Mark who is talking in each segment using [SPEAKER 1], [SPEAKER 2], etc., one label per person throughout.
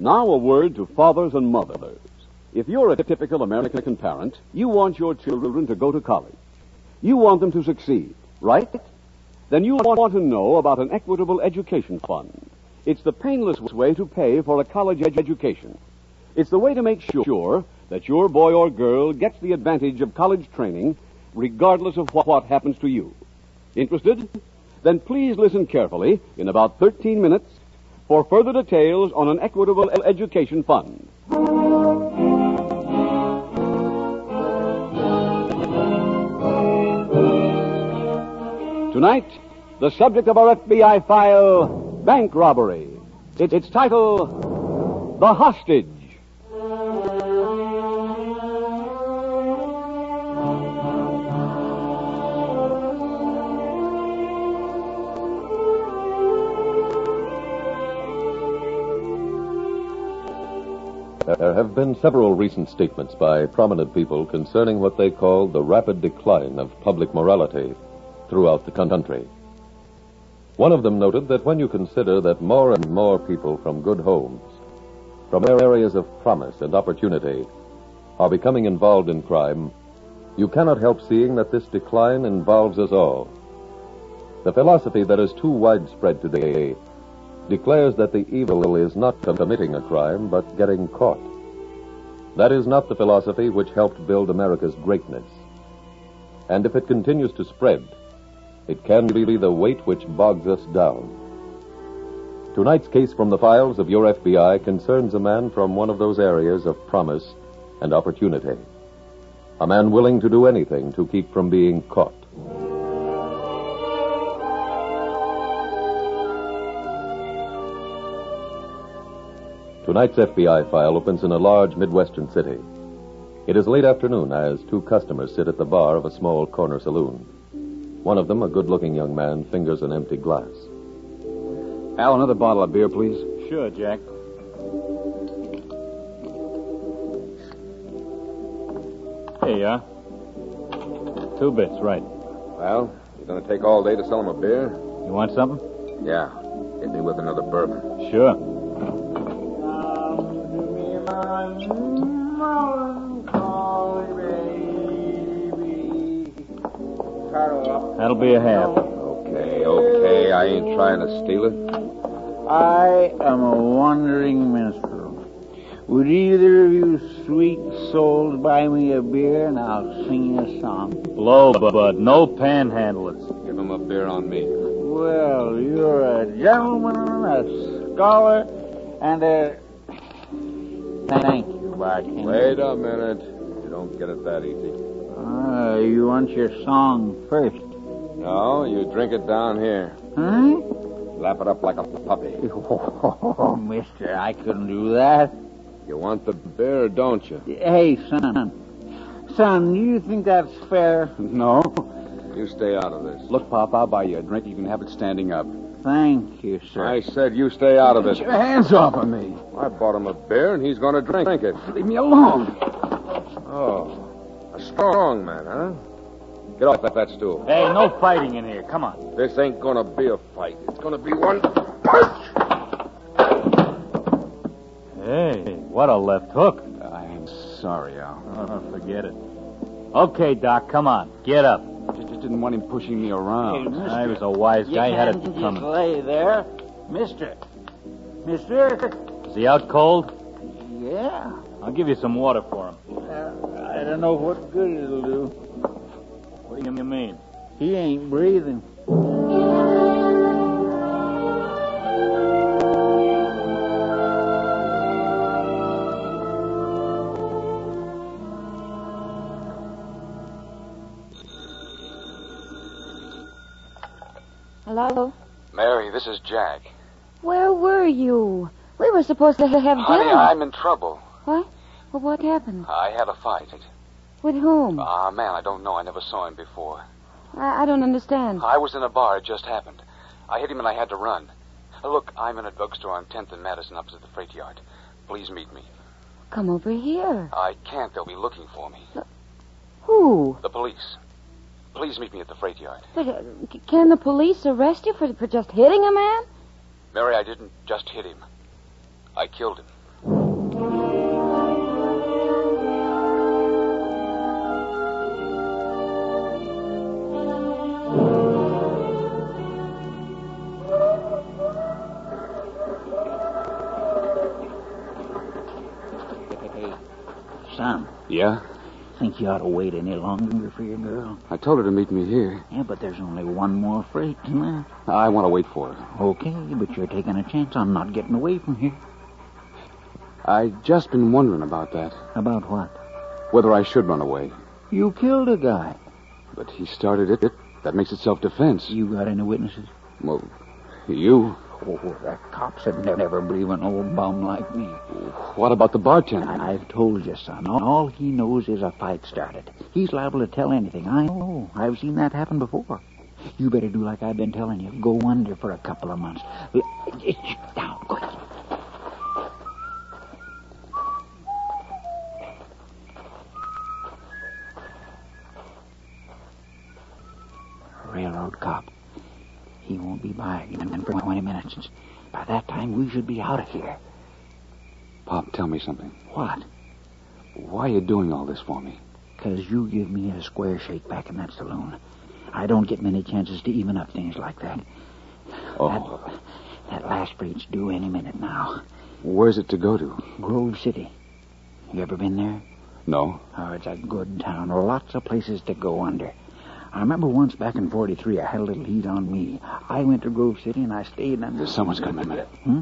[SPEAKER 1] Now, a word to fathers and mothers. If you're a typical American parent, you want your children to go to college. You want them to succeed, right? Then you want to know about an equitable education fund. It's the painless way to pay for a college ed- education. It's the way to make sure that your boy or girl gets the advantage of college training regardless of wh- what happens to you. Interested? Then please listen carefully in about 13 minutes for further details on an equitable e- education fund. Tonight, the subject of our FBI file, bank robbery. It, its title, The Hostage.
[SPEAKER 2] There have been several recent statements by prominent people concerning what they call the rapid decline of public morality throughout the country. One of them noted that when you consider that more and more people from good homes, from areas of promise and opportunity, are becoming involved in crime, you cannot help seeing that this decline involves us all. The philosophy that is too widespread today declares that the evil is not committing a crime, but getting caught. That is not the philosophy which helped build America's greatness. And if it continues to spread, it can be the weight which bogs us down. Tonight's case from the files of your FBI concerns a man from one of those areas of promise and opportunity. A man willing to do anything to keep from being caught. Tonight's FBI file opens in a large Midwestern city. It is late afternoon as two customers sit at the bar of a small corner saloon. One of them, a good looking young man, fingers an empty glass.
[SPEAKER 1] Al, another bottle of beer, please.
[SPEAKER 3] Sure, Jack. Here
[SPEAKER 4] uh.
[SPEAKER 3] you are. Two bits, right.
[SPEAKER 5] Well, you're going to take all day to sell him a beer?
[SPEAKER 3] You want something?
[SPEAKER 5] Yeah. Hit me with another bourbon.
[SPEAKER 3] Sure. That'll be a half.
[SPEAKER 5] Okay, okay. I ain't trying to steal it.
[SPEAKER 4] I am a wandering minstrel. Would either of you sweet souls buy me a beer and I'll sing you a song?
[SPEAKER 3] Low, bud. No panhandlers.
[SPEAKER 5] Give him a beer on me.
[SPEAKER 4] Well, you're a gentleman, a scholar, and a. Thank you, bartender.
[SPEAKER 5] Wait a minute. You don't get it that easy.
[SPEAKER 4] Ah, you want your song first,
[SPEAKER 5] No, you drink it down here.
[SPEAKER 4] huh?
[SPEAKER 5] Lap it up like a puppy.
[SPEAKER 4] Oh, mister, I couldn't do that.
[SPEAKER 5] You want the beer, don't you?
[SPEAKER 4] Hey, son. Son, do you think that's fair?
[SPEAKER 1] No.
[SPEAKER 5] You stay out of this.
[SPEAKER 1] Look, Pop, I'll buy you a drink. You can have it standing up.
[SPEAKER 4] Thank you, sir.
[SPEAKER 5] I said you stay out of it.
[SPEAKER 4] Get your hands off of me.
[SPEAKER 5] I bought him a beer, and he's going to drink it.
[SPEAKER 4] Leave me alone.
[SPEAKER 5] Oh, a strong man, huh? Get off that, that stool.
[SPEAKER 3] Hey, no fighting in here. Come on.
[SPEAKER 5] This ain't going to be a fight. It's going to be one punch.
[SPEAKER 3] Hey, what a left hook.
[SPEAKER 1] I'm sorry, Al.
[SPEAKER 3] Oh, forget it. Okay, Doc, come on. Get up.
[SPEAKER 1] I just didn't want him pushing me
[SPEAKER 4] Hey,
[SPEAKER 1] around.
[SPEAKER 4] mister,
[SPEAKER 3] I was a wise
[SPEAKER 4] you
[SPEAKER 3] guy. Had
[SPEAKER 4] can't
[SPEAKER 3] it
[SPEAKER 4] just
[SPEAKER 3] coming.
[SPEAKER 4] lay there. Mister. Mister.
[SPEAKER 3] Is he out cold?
[SPEAKER 4] Yeah.
[SPEAKER 3] I'll give you some water for him.
[SPEAKER 4] Uh, I don't know what good it'll do.
[SPEAKER 3] What do you mean?
[SPEAKER 4] He ain't breathing.
[SPEAKER 6] Hello?
[SPEAKER 7] Mary, this is Jack.
[SPEAKER 6] Where were you? We were supposed to ha- have
[SPEAKER 7] Honey,
[SPEAKER 6] dinner.
[SPEAKER 7] I'm in trouble.
[SPEAKER 6] Well, what happened?
[SPEAKER 7] I had a fight.
[SPEAKER 6] With whom?
[SPEAKER 7] Ah, man, I don't know. I never saw him before.
[SPEAKER 6] I, I don't understand.
[SPEAKER 7] I was in a bar. It just happened. I hit him and I had to run. Uh, Look, I'm in a drugstore on 10th and Madison opposite the freight yard. Please meet me.
[SPEAKER 6] Come over here.
[SPEAKER 7] I can't. They'll be looking for me.
[SPEAKER 6] Who?
[SPEAKER 7] The police. Please meet me at the freight yard.
[SPEAKER 6] But, uh, c- can the police arrest you for, for just hitting a man?
[SPEAKER 7] Mary, I didn't just hit him. I killed him.
[SPEAKER 8] Son,
[SPEAKER 7] Yeah?
[SPEAKER 8] think you ought to wait any longer for your girl?
[SPEAKER 7] I told her to meet me here.
[SPEAKER 8] Yeah, but there's only one more freight tonight.
[SPEAKER 7] I want to wait for her.
[SPEAKER 8] Okay, but you're taking a chance on not getting away from here.
[SPEAKER 7] I've just been wondering about that.
[SPEAKER 8] About what?
[SPEAKER 7] Whether I should run away.
[SPEAKER 8] You killed a guy.
[SPEAKER 7] But he started it. That makes it self defense.
[SPEAKER 8] You got any witnesses?
[SPEAKER 7] Well, you.
[SPEAKER 8] Oh, the cops would never believe an old bum like me.
[SPEAKER 7] What about the bartender?
[SPEAKER 8] I- I've told you, son. All, all he knows is a fight started. He's liable to tell anything. I know. I've seen that happen before. You better do like I've been telling you. Go under for a couple of months. L- shh, Down, quick. Railroad cop. He won't be by again for 20 minutes. By that time, we should be out of here.
[SPEAKER 7] Pop, tell me something.
[SPEAKER 8] What?
[SPEAKER 7] Why are you doing all this for me?
[SPEAKER 8] Because you give me a square shake back in that saloon. I don't get many chances to even up things like that.
[SPEAKER 7] Oh.
[SPEAKER 8] That, that last breed's due any minute now.
[SPEAKER 7] Where's it to go to?
[SPEAKER 8] Grove City. You ever been there?
[SPEAKER 7] No.
[SPEAKER 8] Oh, it's a good town. Lots of places to go under. I remember once back in 43, I had a little heat on me. I went to Grove City and I stayed under.
[SPEAKER 7] Someone's coming in a minute.
[SPEAKER 8] Hmm?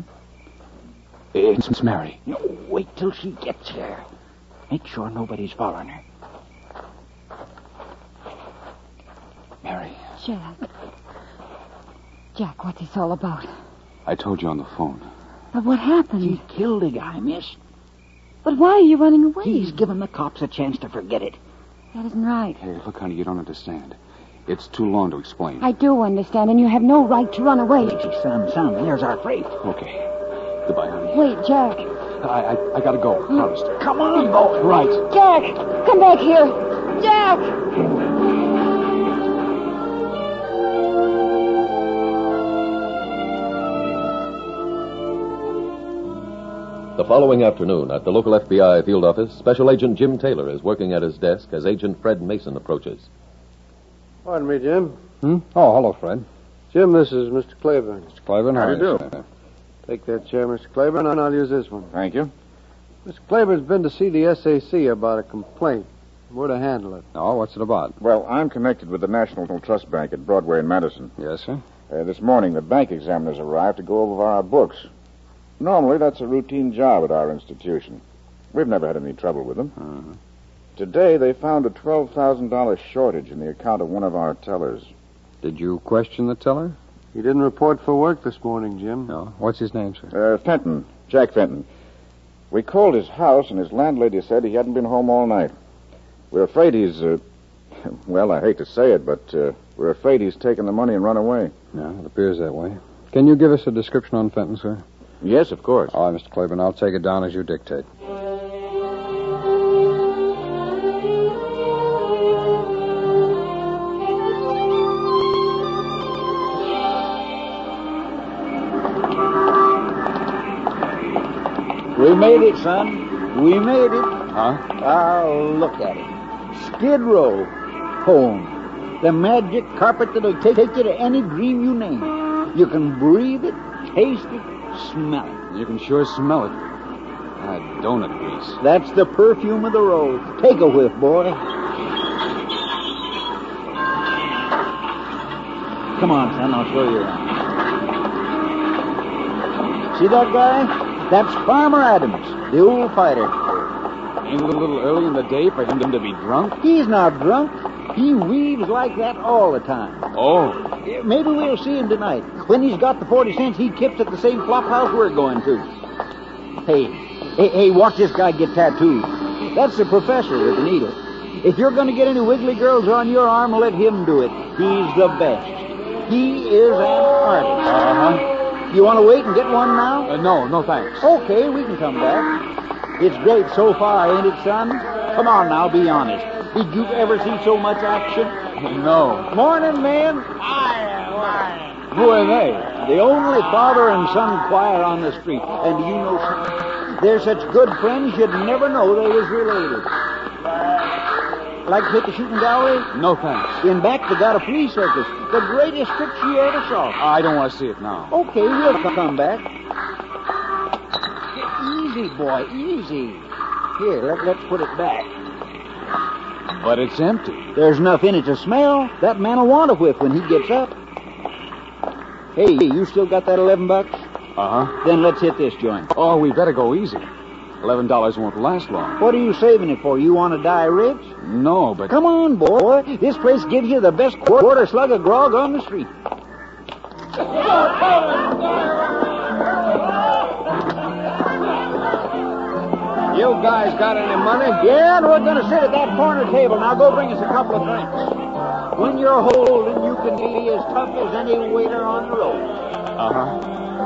[SPEAKER 7] It's Miss Mary.
[SPEAKER 8] No, wait till she gets here. Make sure nobody's following her.
[SPEAKER 7] Mary,
[SPEAKER 6] Jack. Jack, what's this all about?
[SPEAKER 7] I told you on the phone.
[SPEAKER 6] But what happened?
[SPEAKER 8] He killed a guy, miss.
[SPEAKER 6] But why are you running away?
[SPEAKER 8] He's given the cops a chance to forget it.
[SPEAKER 6] That isn't right.
[SPEAKER 7] Hey, look, honey, you don't understand. It's too long to explain.
[SPEAKER 6] I do understand, and you have no right to run away.
[SPEAKER 8] Son, son, there's our freight.
[SPEAKER 7] Okay. Goodbye, honey.
[SPEAKER 6] Wait, Jack.
[SPEAKER 7] I, I, I gotta go. Honest.
[SPEAKER 8] Come on, boy.
[SPEAKER 7] Right.
[SPEAKER 6] Jack, come back here. Jack!
[SPEAKER 2] The following afternoon, at the local FBI field office, Special Agent Jim Taylor is working at his desk as Agent Fred Mason approaches.
[SPEAKER 9] Pardon me, Jim.
[SPEAKER 10] Hmm? Oh, hello, Fred.
[SPEAKER 9] Jim, this is Mr. Claiborne.
[SPEAKER 10] Mr. Clavin,
[SPEAKER 9] How
[SPEAKER 10] how,
[SPEAKER 9] do you
[SPEAKER 10] are you?
[SPEAKER 9] Take that chair, Mr. Claiborne, and I'll use this one.
[SPEAKER 10] Thank you.
[SPEAKER 9] Mr. Claiborne's been to see the SAC about a complaint. Where to handle it?
[SPEAKER 10] Oh, what's it about?
[SPEAKER 9] Well, I'm connected with the National Trust Bank at Broadway and Madison.
[SPEAKER 10] Yes, sir.
[SPEAKER 9] Uh, this morning, the bank examiners arrived to go over our books. Normally, that's a routine job at our institution. We've never had any trouble with them.
[SPEAKER 10] Mm-hmm.
[SPEAKER 9] Today, they found a $12,000 shortage in the account of one of our tellers.
[SPEAKER 10] Did you question the teller?
[SPEAKER 9] He didn't report for work this morning, Jim.
[SPEAKER 10] No. What's his name, sir?
[SPEAKER 9] Uh, Fenton, Jack Fenton. We called his house, and his landlady said he hadn't been home all night. We're afraid he's, uh, well, I hate to say it, but uh, we're afraid he's taken the money and run away.
[SPEAKER 10] No, it appears that way. Can you give us a description on Fenton, sir?
[SPEAKER 9] Yes, of course.
[SPEAKER 10] All right, Mr. Clavin, I'll take it down as you dictate.
[SPEAKER 8] We made it, son. We made it.
[SPEAKER 10] Huh?
[SPEAKER 8] Oh, look at it. Skid Row. Home. The magic carpet that'll take you to any dream you name. You can breathe it, taste it, smell it.
[SPEAKER 7] You can sure smell it. Ah, donut grease.
[SPEAKER 8] That's the perfume of the road. Take a whiff, boy. Come on, son, I'll show you around. See that guy? That's Farmer Adams, the old fighter.
[SPEAKER 7] Ain't it a little early in the day for him to be drunk?
[SPEAKER 8] He's not drunk. He weaves like that all the time.
[SPEAKER 7] Oh,
[SPEAKER 4] Eh, Maybe we'll see him tonight. When he's got the 40 cents, he tips at the same flop house we're going to. Hey, hey, hey, watch this guy get tattooed. That's the professor with the needle. If you're going to get any wiggly girls on your arm, let him do it. He's the best. He is an artist. Uh-huh. You want to wait and get one now?
[SPEAKER 7] Uh, no, no thanks.
[SPEAKER 4] Okay, we can come back. It's great so far, ain't it, son? Come on now, be honest. Did you ever see so much action?
[SPEAKER 7] No.
[SPEAKER 4] Morning, man. Who are they? The only father and son choir on the street. And do you know something? They're such good friends you'd never know they was related. Like to hit the shooting gallery?
[SPEAKER 7] No thanks.
[SPEAKER 4] In back they got a flea circus. The greatest trick you ever saw.
[SPEAKER 7] I don't want to see it now.
[SPEAKER 4] Okay, we'll c- come back. Easy, boy, easy. Here, let, let's put it back.
[SPEAKER 7] But it's empty.
[SPEAKER 4] There's enough in it to smell. That man'll want a whiff when he gets up. Hey, you still got that eleven bucks?
[SPEAKER 7] Uh huh.
[SPEAKER 4] Then let's hit this joint.
[SPEAKER 7] Oh, we better go easy. Eleven dollars won't last long.
[SPEAKER 4] What are you saving it for? You want to die rich?
[SPEAKER 7] No, but
[SPEAKER 4] Come on, boy. This place gives you the best quar- quarter slug of grog on the street.
[SPEAKER 11] You guys got any money?
[SPEAKER 4] Yeah, and we're going to sit at that corner table. Now go bring us a couple of drinks. When you're holding, you can be as tough as any waiter on the road.
[SPEAKER 7] uh huh.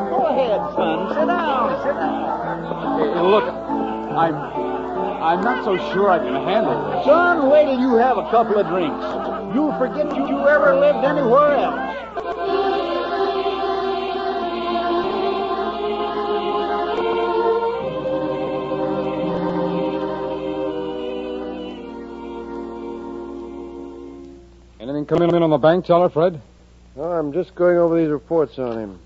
[SPEAKER 4] Go ahead, son. Sit down. Sit down.
[SPEAKER 7] Look, I'm I'm not so sure I can handle this.
[SPEAKER 4] Son, wait till you have a couple of drinks. You'll forget you, you ever lived anywhere else.
[SPEAKER 7] Anything coming in on the bank teller, Fred?
[SPEAKER 12] Well, Oh, I'm just going over these reports on him.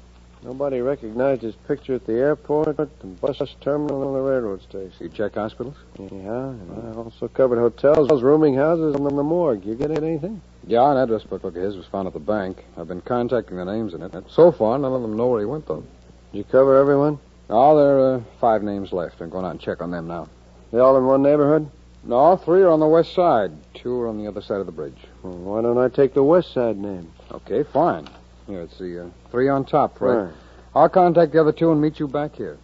[SPEAKER 12] Nobody recognized his picture at the airport, the bus terminal, and the railroad station.
[SPEAKER 7] You check hospitals?
[SPEAKER 12] Yeah, and I also covered hotels, rooming houses, and the morgue. You get anything?
[SPEAKER 7] Yeah, an address book of his was found at the bank. I've been contacting the names in it. So far, none of them know where he went, though.
[SPEAKER 12] You cover everyone?
[SPEAKER 7] Oh, there are uh, five names left. I'm going out and check on them now.
[SPEAKER 12] They all in one neighborhood?
[SPEAKER 7] No, three are on the west side. Two are on the other side of the bridge.
[SPEAKER 12] Well, why don't I take the west side name?
[SPEAKER 7] Okay, fine. Here, it's the uh, three on top, Fred. I'll contact the other two and meet you back here.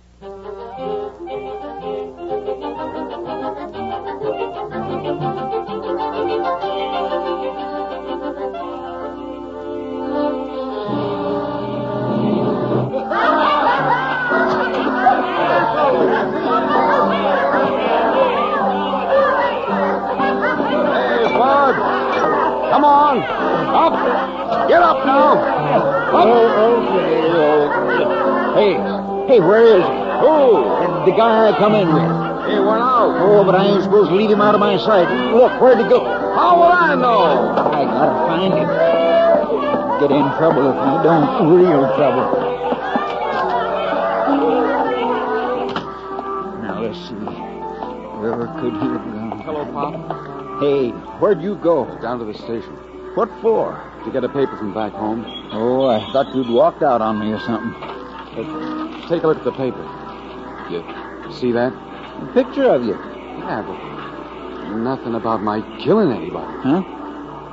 [SPEAKER 1] Hey, Bud! Come on! Up! Get up now!
[SPEAKER 4] Hey, hey, where is he? Who? The guy I come in with.
[SPEAKER 1] He went out.
[SPEAKER 4] Oh, but I ain't supposed to leave him out of my sight. Look, where'd he go?
[SPEAKER 1] How would I know?
[SPEAKER 4] I gotta find him. Get in trouble if I don't. Real trouble. Now, let's see. Where could he have gone?
[SPEAKER 7] Hello, Pop.
[SPEAKER 4] Hey, where'd you go?
[SPEAKER 7] Down to the station
[SPEAKER 4] What for?
[SPEAKER 7] to get a paper from back home.
[SPEAKER 4] Oh, I thought you'd walked out on me or something.
[SPEAKER 7] Take a look at the paper. You see that?
[SPEAKER 4] A picture of you.
[SPEAKER 7] Yeah, but nothing about my killing anybody.
[SPEAKER 4] Huh?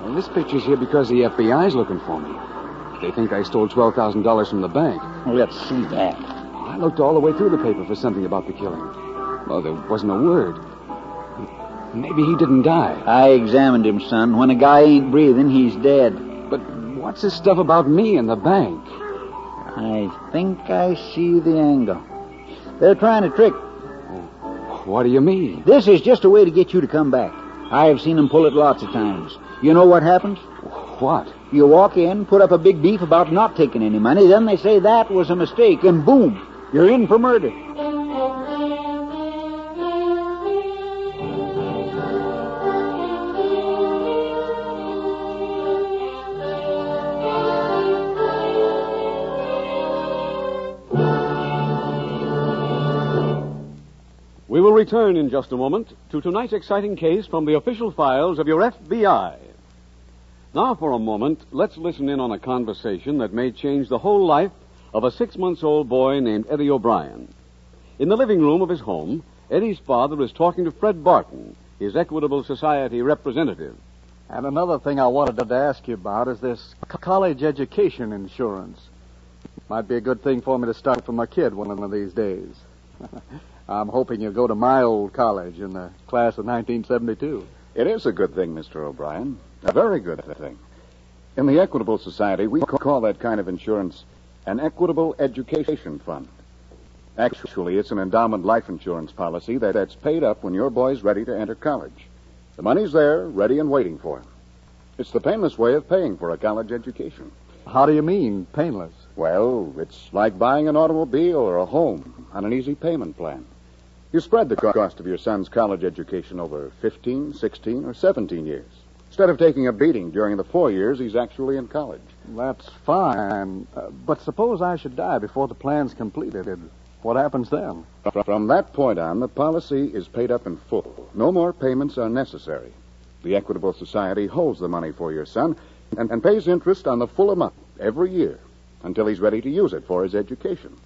[SPEAKER 7] Well, this picture's here because the FBI's looking for me. They think I stole twelve thousand dollars from the bank.
[SPEAKER 4] Oh, Let's see that.
[SPEAKER 7] I looked all the way through the paper for something about the killing. Well, there wasn't a word. Maybe he didn't die.
[SPEAKER 4] I examined him, son. When a guy ain't breathing, he's dead.
[SPEAKER 7] But what's this stuff about me and the bank?
[SPEAKER 4] I think I see the angle. They're trying to trick.
[SPEAKER 7] What do you mean?
[SPEAKER 4] This is just a way to get you to come back. I've seen 'em pull it lots of times. You know what happens?
[SPEAKER 7] What?
[SPEAKER 4] You walk in, put up a big beef about not taking any money, then they say that was a mistake, and boom, you're in for murder.
[SPEAKER 1] We will return in just a moment to tonight's exciting case from the official files of your FBI. Now, for a moment, let's listen in on a conversation that may change the whole life of a six months old boy named Eddie O'Brien. In the living room of his home, Eddie's father is talking to Fred Barton, his Equitable Society representative.
[SPEAKER 12] And another thing I wanted to ask you about is this co- college education insurance. Might be a good thing for me to start for my kid one of these days. I'm hoping you'll go to my old college in the class of 1972.
[SPEAKER 13] It is a good thing, Mr. O'Brien. A very good thing. In the Equitable Society, we call that kind of insurance an Equitable Education Fund. Actually, it's an endowment life insurance policy that, that's paid up when your boy's ready to enter college. The money's there, ready and waiting for him. It's the painless way of paying for a college education.
[SPEAKER 12] How do you mean, painless?
[SPEAKER 13] Well, it's like buying an automobile or a home on an easy payment plan. You spread the cost of your son's college education over 15, 16, or 17 years, instead of taking a beating during the four years he's actually in college.
[SPEAKER 12] That's fine, uh, but suppose I should die before the plan's completed. What happens then?
[SPEAKER 13] From that point on, the policy is paid up in full. No more payments are necessary. The Equitable Society holds the money for your son and, and pays interest on the full amount every year until he's ready to use it for his education.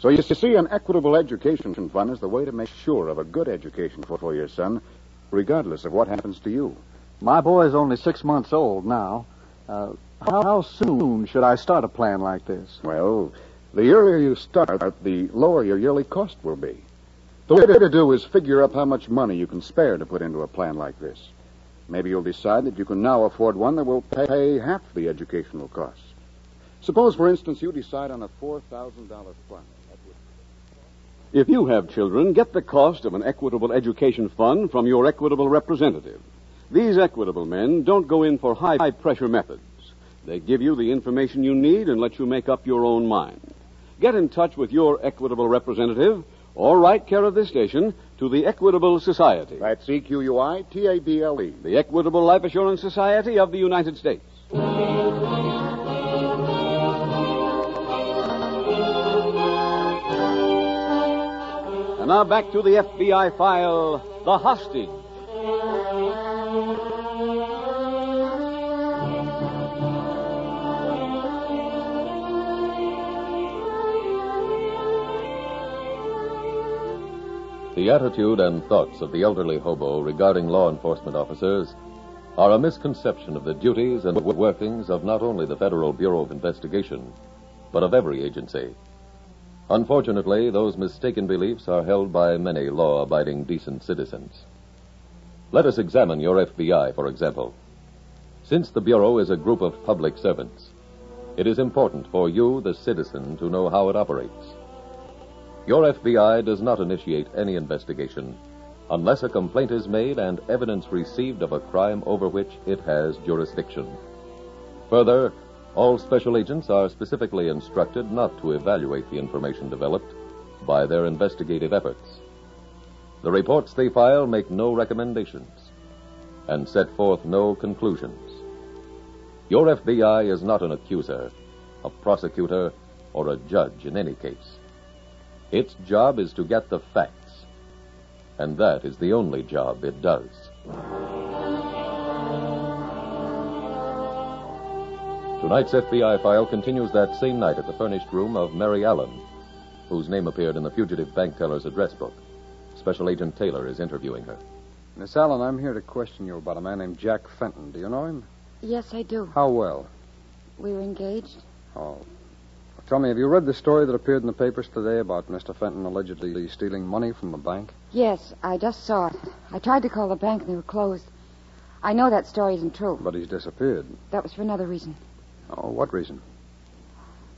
[SPEAKER 13] So you see, an equitable education fund is the way to make sure of a good education for, for your son, regardless of what happens to you.
[SPEAKER 12] My boy's only six months old now. Uh, how, how soon should I start a plan like this?
[SPEAKER 13] Well, the earlier you start, the lower your yearly cost will be. The way to do is figure up how much money you can spare to put into a plan like this. Maybe you'll decide that you can now afford one that will pay half the educational cost. Suppose, for instance, you decide on a $4,000 fund.
[SPEAKER 1] If you have children, get the cost of an equitable education fund from your equitable representative. These equitable men don't go in for high pressure methods. They give you the information you need and let you make up your own mind. Get in touch with your equitable representative or write care of this station to the Equitable Society.
[SPEAKER 13] That's E Q U I T A B L E.
[SPEAKER 1] The Equitable Life Assurance Society of the United States. And now back to the FBI file The Hostage.
[SPEAKER 2] The attitude and thoughts of the elderly hobo regarding law enforcement officers are a misconception of the duties and workings of not only the Federal Bureau of Investigation, but of every agency. Unfortunately, those mistaken beliefs are held by many law abiding decent citizens. Let us examine your FBI, for example. Since the Bureau is a group of public servants, it is important for you, the citizen, to know how it operates. Your FBI does not initiate any investigation unless a complaint is made and evidence received of a crime over which it has jurisdiction. Further, all special agents are specifically instructed not to evaluate the information developed by their investigative efforts. The reports they file make no recommendations and set forth no conclusions. Your FBI is not an accuser, a prosecutor, or a judge in any case. Its job is to get the facts, and that is the only job it does. Tonight's FBI file continues that same night at the furnished room of Mary Allen, whose name appeared in the fugitive bank teller's address book. Special Agent Taylor is interviewing her.
[SPEAKER 10] Miss Allen, I'm here to question you about a man named Jack Fenton. Do you know him?
[SPEAKER 6] Yes, I do.
[SPEAKER 10] How well?
[SPEAKER 6] We were engaged.
[SPEAKER 10] Oh. Tell me, have you read the story that appeared in the papers today about Mr. Fenton allegedly stealing money from the bank?
[SPEAKER 6] Yes, I just saw it. I tried to call the bank and they were closed. I know that story isn't true.
[SPEAKER 10] But he's disappeared.
[SPEAKER 6] That was for another reason.
[SPEAKER 10] Oh, what reason?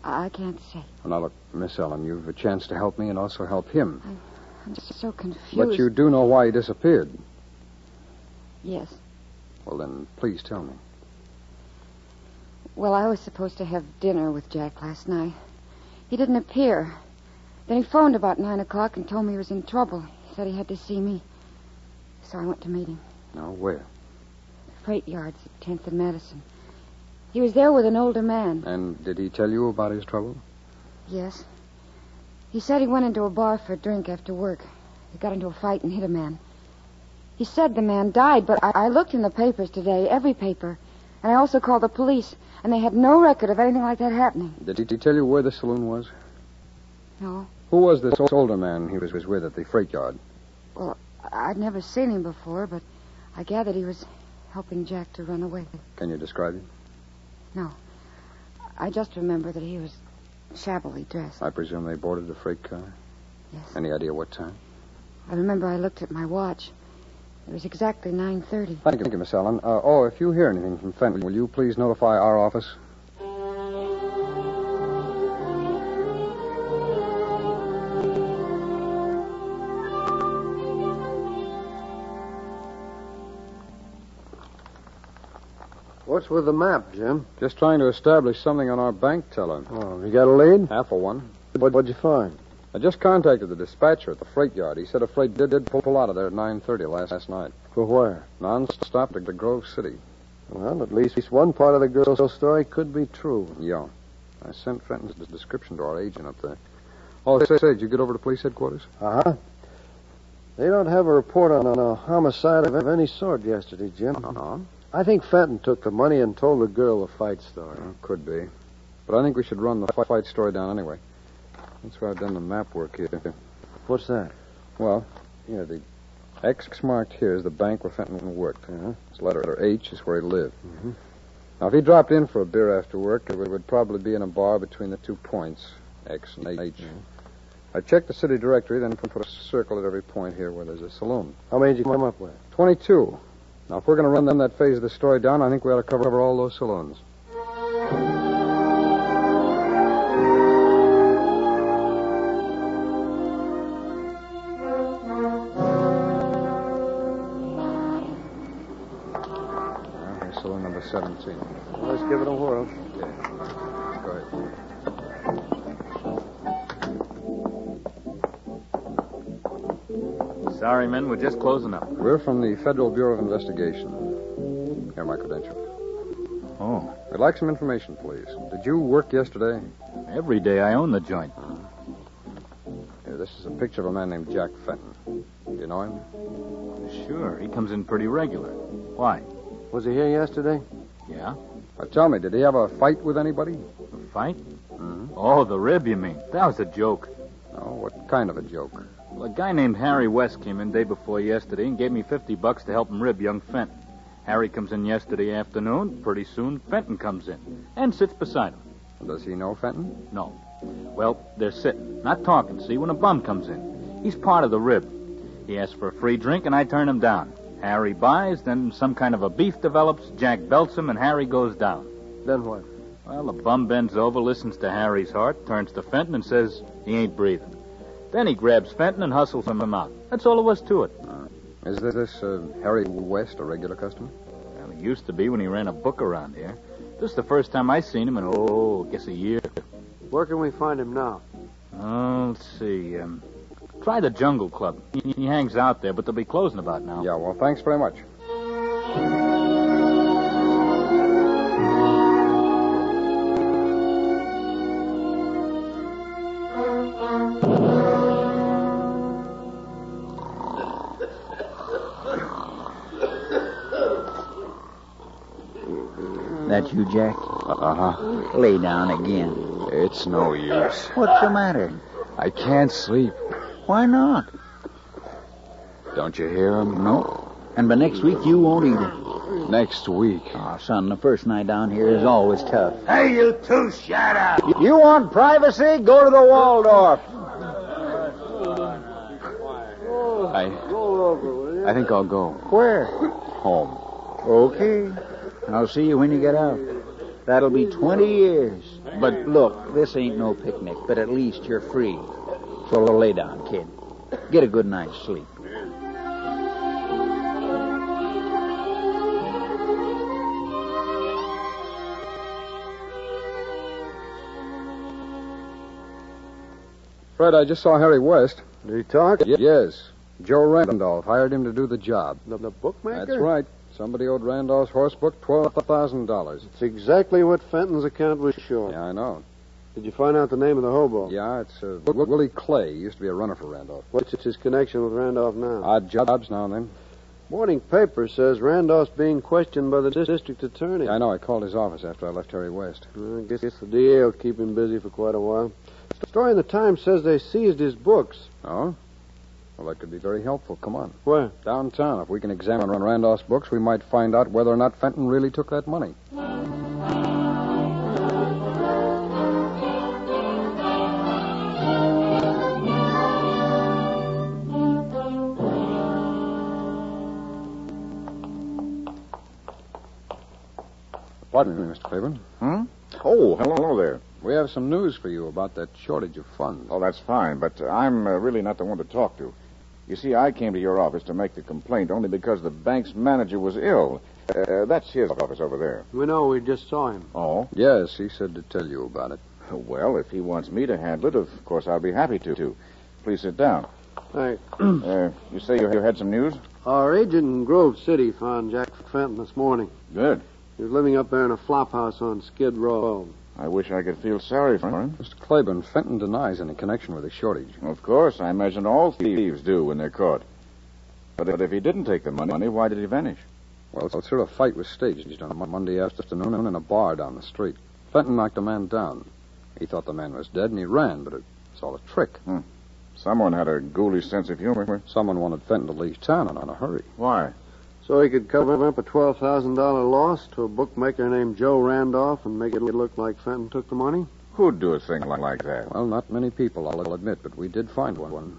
[SPEAKER 6] I I can't say.
[SPEAKER 10] Well, now, look, Miss Allen, you've a chance to help me and also help him.
[SPEAKER 6] I'm just so confused.
[SPEAKER 10] But you do know why he disappeared.
[SPEAKER 6] Yes.
[SPEAKER 10] Well, then, please tell me.
[SPEAKER 6] Well, I was supposed to have dinner with Jack last night. He didn't appear. Then he phoned about nine o'clock and told me he was in trouble. He said he had to see me. So I went to meet him.
[SPEAKER 10] Now, where?
[SPEAKER 6] Freight yards at 10th and Madison. He was there with an older man.
[SPEAKER 10] And did he tell you about his trouble?
[SPEAKER 6] Yes. He said he went into a bar for a drink after work. He got into a fight and hit a man. He said the man died, but I, I looked in the papers today, every paper, and I also called the police, and they had no record of anything like that happening.
[SPEAKER 10] Did he, did he tell you where the saloon was?
[SPEAKER 6] No.
[SPEAKER 10] Who was this older man he was, was with at the freight yard?
[SPEAKER 6] Well, I'd never seen him before, but I gathered he was helping Jack to run away.
[SPEAKER 10] Can you describe him?
[SPEAKER 6] No. I just remember that he was shabbily dressed.
[SPEAKER 10] I presume they boarded a freight car?
[SPEAKER 6] Yes.
[SPEAKER 10] Any idea what time?
[SPEAKER 6] I remember I looked at my watch. It was exactly 9.30.
[SPEAKER 10] Thank you, thank you, Miss Allen. Uh, oh, if you hear anything from Fenton, will you please notify our office?
[SPEAKER 12] What's with the map, Jim?
[SPEAKER 10] Just trying to establish something on our bank teller.
[SPEAKER 12] Oh, you got a lead?
[SPEAKER 10] Half of one.
[SPEAKER 12] What, what'd you find?
[SPEAKER 10] I just contacted the dispatcher at the freight yard. He said a freight did, did pull out of there at 9.30 last, last night.
[SPEAKER 12] For where?
[SPEAKER 10] Non-stop to Grove City.
[SPEAKER 12] Well, at least one part of the girl's story could be true.
[SPEAKER 10] Yeah. I sent Fenton's description to our agent up there. Oh, say, say did you get over to police headquarters?
[SPEAKER 12] Uh-huh. They don't have a report on, on a homicide of any sort yesterday, Jim.
[SPEAKER 10] Uh-huh.
[SPEAKER 12] I think Fenton took the money and told the girl the fight story.
[SPEAKER 10] Well, could be. But I think we should run the fight story down anyway. That's where I've done the map work here.
[SPEAKER 12] What's that?
[SPEAKER 10] Well, here, the X marked here is the bank where Fenton worked.
[SPEAKER 12] Uh-huh.
[SPEAKER 10] This letter H is where he lived.
[SPEAKER 12] Mm-hmm.
[SPEAKER 10] Now, if he dropped in for a beer after work, it would probably be in a bar between the two points, X and H.
[SPEAKER 12] Mhm.
[SPEAKER 10] I checked the city directory, then put a circle at every point here where there's a saloon.
[SPEAKER 12] How many did you come up with?
[SPEAKER 10] 22. Now, if we're going to run them that phase of the story down, I think we ought to cover all those saloons. Well, here's saloon number 17.
[SPEAKER 12] Let's give it a whirl.
[SPEAKER 10] Go ahead.
[SPEAKER 3] Sorry, men, we're just closing up.
[SPEAKER 10] We're from the Federal Bureau of Investigation. Here, my credentials.
[SPEAKER 3] Oh,
[SPEAKER 10] We'd like some information, please. Did you work yesterday?
[SPEAKER 3] every day I own the joint.
[SPEAKER 10] Here, this is a picture of a man named Jack Fenton. Do you know him?
[SPEAKER 3] Sure, he comes in pretty regular. Why?
[SPEAKER 12] Was he here yesterday?
[SPEAKER 3] Yeah?
[SPEAKER 10] Now, Uh, tell me, did he have a fight with anybody?
[SPEAKER 3] A fight?
[SPEAKER 10] Mm-hmm.
[SPEAKER 3] Oh, the rib, you mean? That was a joke.
[SPEAKER 10] No, what kind of a joke?
[SPEAKER 3] Well, a guy named Harry West came in day before yesterday and gave me 50 bucks to help him rib young Fenton. Harry comes in yesterday afternoon. Pretty soon, Fenton comes in and sits beside him.
[SPEAKER 10] Does he know Fenton?
[SPEAKER 3] No. Well, they're sitting, not talking, see, when a bum comes in. He's part of the rib. He asks for a free drink, and I turn him down. Harry buys, then some kind of a beef develops, Jack belts him, and Harry goes down.
[SPEAKER 12] Then what?
[SPEAKER 3] Well, the bum bends over, listens to Harry's heart, turns to Fenton, and says he ain't breathing. Then he grabs Fenton and hustles him out. That's all there was to it.
[SPEAKER 10] Is this, this uh, Harry West a regular customer?
[SPEAKER 3] Well, he used to be when he ran a book around here. This is the first time I seen him in, oh, I guess a year.
[SPEAKER 12] Where can we find him now?
[SPEAKER 3] Oh, let's see. Um, try the Jungle Club. He, he hangs out there, but they'll be closing about now.
[SPEAKER 10] Yeah, well, thanks very much.
[SPEAKER 4] That you, Jack?
[SPEAKER 11] Uh huh.
[SPEAKER 4] Lay down again.
[SPEAKER 11] It's no use.
[SPEAKER 4] What's the matter?
[SPEAKER 11] I can't sleep.
[SPEAKER 4] Why not?
[SPEAKER 11] Don't you hear him?
[SPEAKER 4] No. And by next week, you won't either.
[SPEAKER 11] Next week.
[SPEAKER 4] Oh, son, the first night down here is always tough.
[SPEAKER 14] Hey, you two, shut up!
[SPEAKER 4] You want privacy? Go to the Waldorf.
[SPEAKER 11] I,
[SPEAKER 12] Roll over, will you?
[SPEAKER 11] I think I'll go
[SPEAKER 4] Where?
[SPEAKER 11] home.
[SPEAKER 4] Okay. I'll see you when you get out. That'll be 20 years. But look, this ain't no picnic, but at least you're free. So lay down, kid. Get a good night's sleep.
[SPEAKER 10] Fred, I just saw Harry West.
[SPEAKER 12] Did he talk?
[SPEAKER 10] Y- yes. Joe Randolph hired him to do the job.
[SPEAKER 12] The, the bookmaker?
[SPEAKER 10] That's right. Somebody owed Randolph's horse book $12,000.
[SPEAKER 12] It's exactly what Fenton's account was showing.
[SPEAKER 10] Yeah, I know.
[SPEAKER 12] Did you find out the name of the hobo?
[SPEAKER 10] Yeah, it's uh, Wi- Willie Clay. He used to be a runner for Randolph.
[SPEAKER 12] What's his connection with Randolph now?
[SPEAKER 10] Odd jobs now and then.
[SPEAKER 12] Morning paper says Randolph's being questioned by the dis- district attorney.
[SPEAKER 10] Yeah, I know. I called his office after I left Harry West.
[SPEAKER 12] Well, I guess the DA will keep him busy for quite a while. The story in the Times says they seized his books.
[SPEAKER 10] Oh? Well, that could be very helpful. Come on.
[SPEAKER 15] Where?
[SPEAKER 10] Downtown. If we can examine Randolph's books, we might find out whether or not Fenton really took that money. Pardon me, Mr. Fabian.
[SPEAKER 9] Hmm? Oh, hello, hello there.
[SPEAKER 10] We have some news for you about that shortage of funds.
[SPEAKER 9] Oh, that's fine, but uh, I'm uh, really not the one to talk to. You see, I came to your office to make the complaint only because the bank's manager was ill. Uh, that's his office over there.
[SPEAKER 15] We know, we just saw him.
[SPEAKER 9] Oh?
[SPEAKER 10] Yes, he said to tell you about it.
[SPEAKER 9] Well, if he wants me to handle it, of course I'll be happy to. to. Please sit down.
[SPEAKER 15] Thanks.
[SPEAKER 9] uh, you say you you had some news?
[SPEAKER 15] Our agent in Grove City found Jack Fenton this morning.
[SPEAKER 9] Good.
[SPEAKER 15] He was living up there in a flop house on Skid Row.
[SPEAKER 9] I wish I could feel sorry for him.
[SPEAKER 10] Mr. Claiborne, Fenton denies any connection with the shortage.
[SPEAKER 9] Of course, I imagine all thieves do when they're caught. But if he didn't take the money, why did he vanish?
[SPEAKER 10] Well, it's sort of fight was staged on Mon- Monday afternoon in a bar down the street. Fenton knocked a man down. He thought the man was dead and he ran, but it was all a trick.
[SPEAKER 9] Hmm. Someone had a ghoulish sense of humor.
[SPEAKER 10] Someone wanted Fenton to leave town and on a hurry.
[SPEAKER 9] Why?
[SPEAKER 15] So he could cover up a $12,000 loss to a bookmaker named Joe Randolph and make it look like Fenton took the money?
[SPEAKER 9] Who'd do a thing like, like that?
[SPEAKER 10] Well, not many people, I'll admit, but we did find one. one.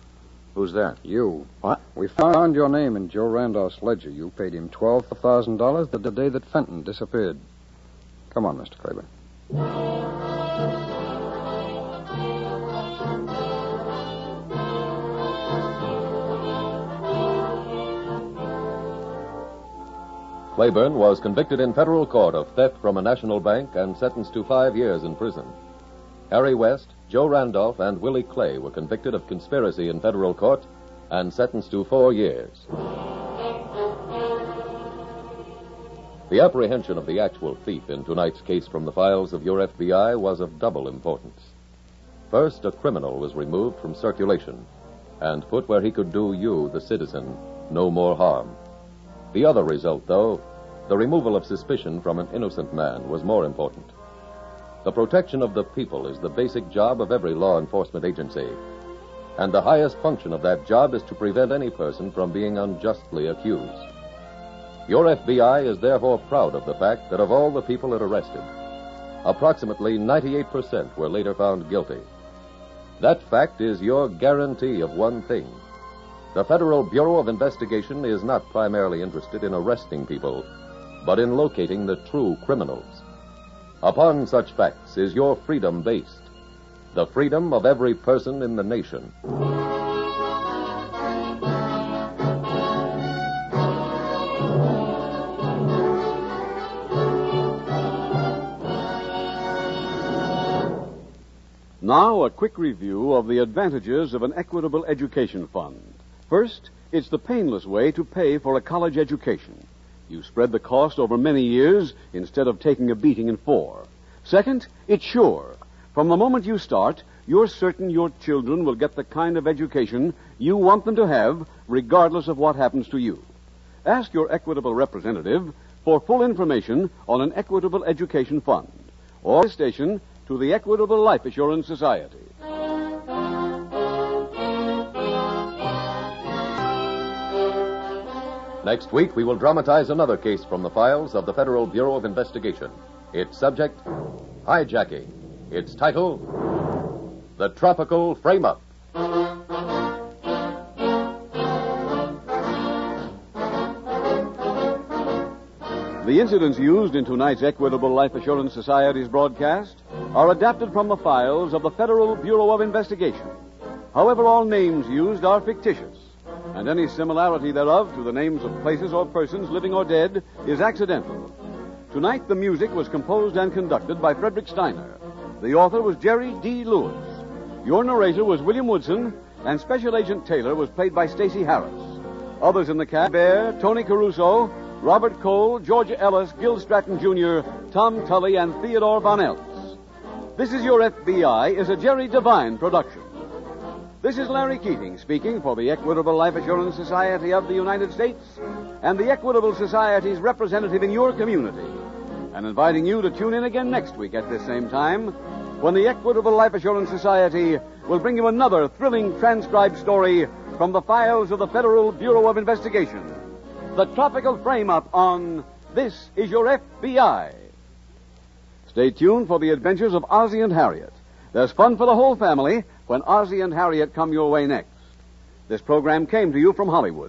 [SPEAKER 9] Who's that?
[SPEAKER 10] You.
[SPEAKER 9] What?
[SPEAKER 10] We found your name in Joe Randolph's ledger. You paid him $12,000 the, the day that Fenton disappeared. Come on, Mr. Claiborne.
[SPEAKER 2] Claiborne was convicted in federal court of theft from a national bank and sentenced to five years in prison. Harry West, Joe Randolph, and Willie Clay were convicted of conspiracy in federal court and sentenced to four years. The apprehension of the actual thief in tonight's case from the files of your FBI was of double importance. First, a criminal was removed from circulation and put where he could do you, the citizen, no more harm. The other result, though, the removal of suspicion from an innocent man was more important. The protection of the people is the basic job of every law enforcement agency. And the highest function of that job is to prevent any person from being unjustly accused. Your FBI is therefore proud of the fact that of all the people it arrested, approximately 98% were later found guilty. That fact is your guarantee of one thing. The Federal Bureau of Investigation is not primarily interested in arresting people, but in locating the true criminals. Upon such facts is your freedom based, the freedom of every person in the nation.
[SPEAKER 1] Now, a quick review of the advantages of an equitable education fund. First, it's the painless way to pay for a college education. You spread the cost over many years instead of taking a beating in four. Second, it's sure. From the moment you start, you're certain your children will get the kind of education you want them to have, regardless of what happens to you. Ask your equitable representative for full information on an equitable education fund or station to the Equitable Life Assurance Society.
[SPEAKER 2] Next week, we will dramatize another case from the files of the Federal Bureau of Investigation. Its subject, hijacking. Its title, The Tropical Frame Up.
[SPEAKER 1] The incidents used in tonight's Equitable Life Assurance Society's broadcast are adapted from the files of the Federal Bureau of Investigation. However, all names used are fictitious, and any similarity thereof to the names of places or persons, living or dead, is accidental. Tonight, the music was composed and conducted by Frederick Steiner. The author was Jerry D. Lewis. Your narrator was William Woodson, and Special Agent Taylor was played by Stacy Harris. Others in the cast Bear, Tony Caruso, Robert Cole, Georgia Ellis, Gil Stratton Jr., Tom Tully, and Theodore Von Eltz. This is Your FBI is a Jerry Devine production. This is Larry Keating speaking for the Equitable Life Assurance Society of the United States and the Equitable Society's representative in your community, and inviting you to tune in again next week at this same time when the Equitable Life Assurance Society will bring you another thrilling transcribed story From the files of the Federal Bureau of Investigation, the Tropical Frame Up on This Is Your FBI. Stay tuned for the adventures of Ozzie and Harriet. There's fun for the whole family when Ozzie and Harriet come your way next. This program came to you from Hollywood.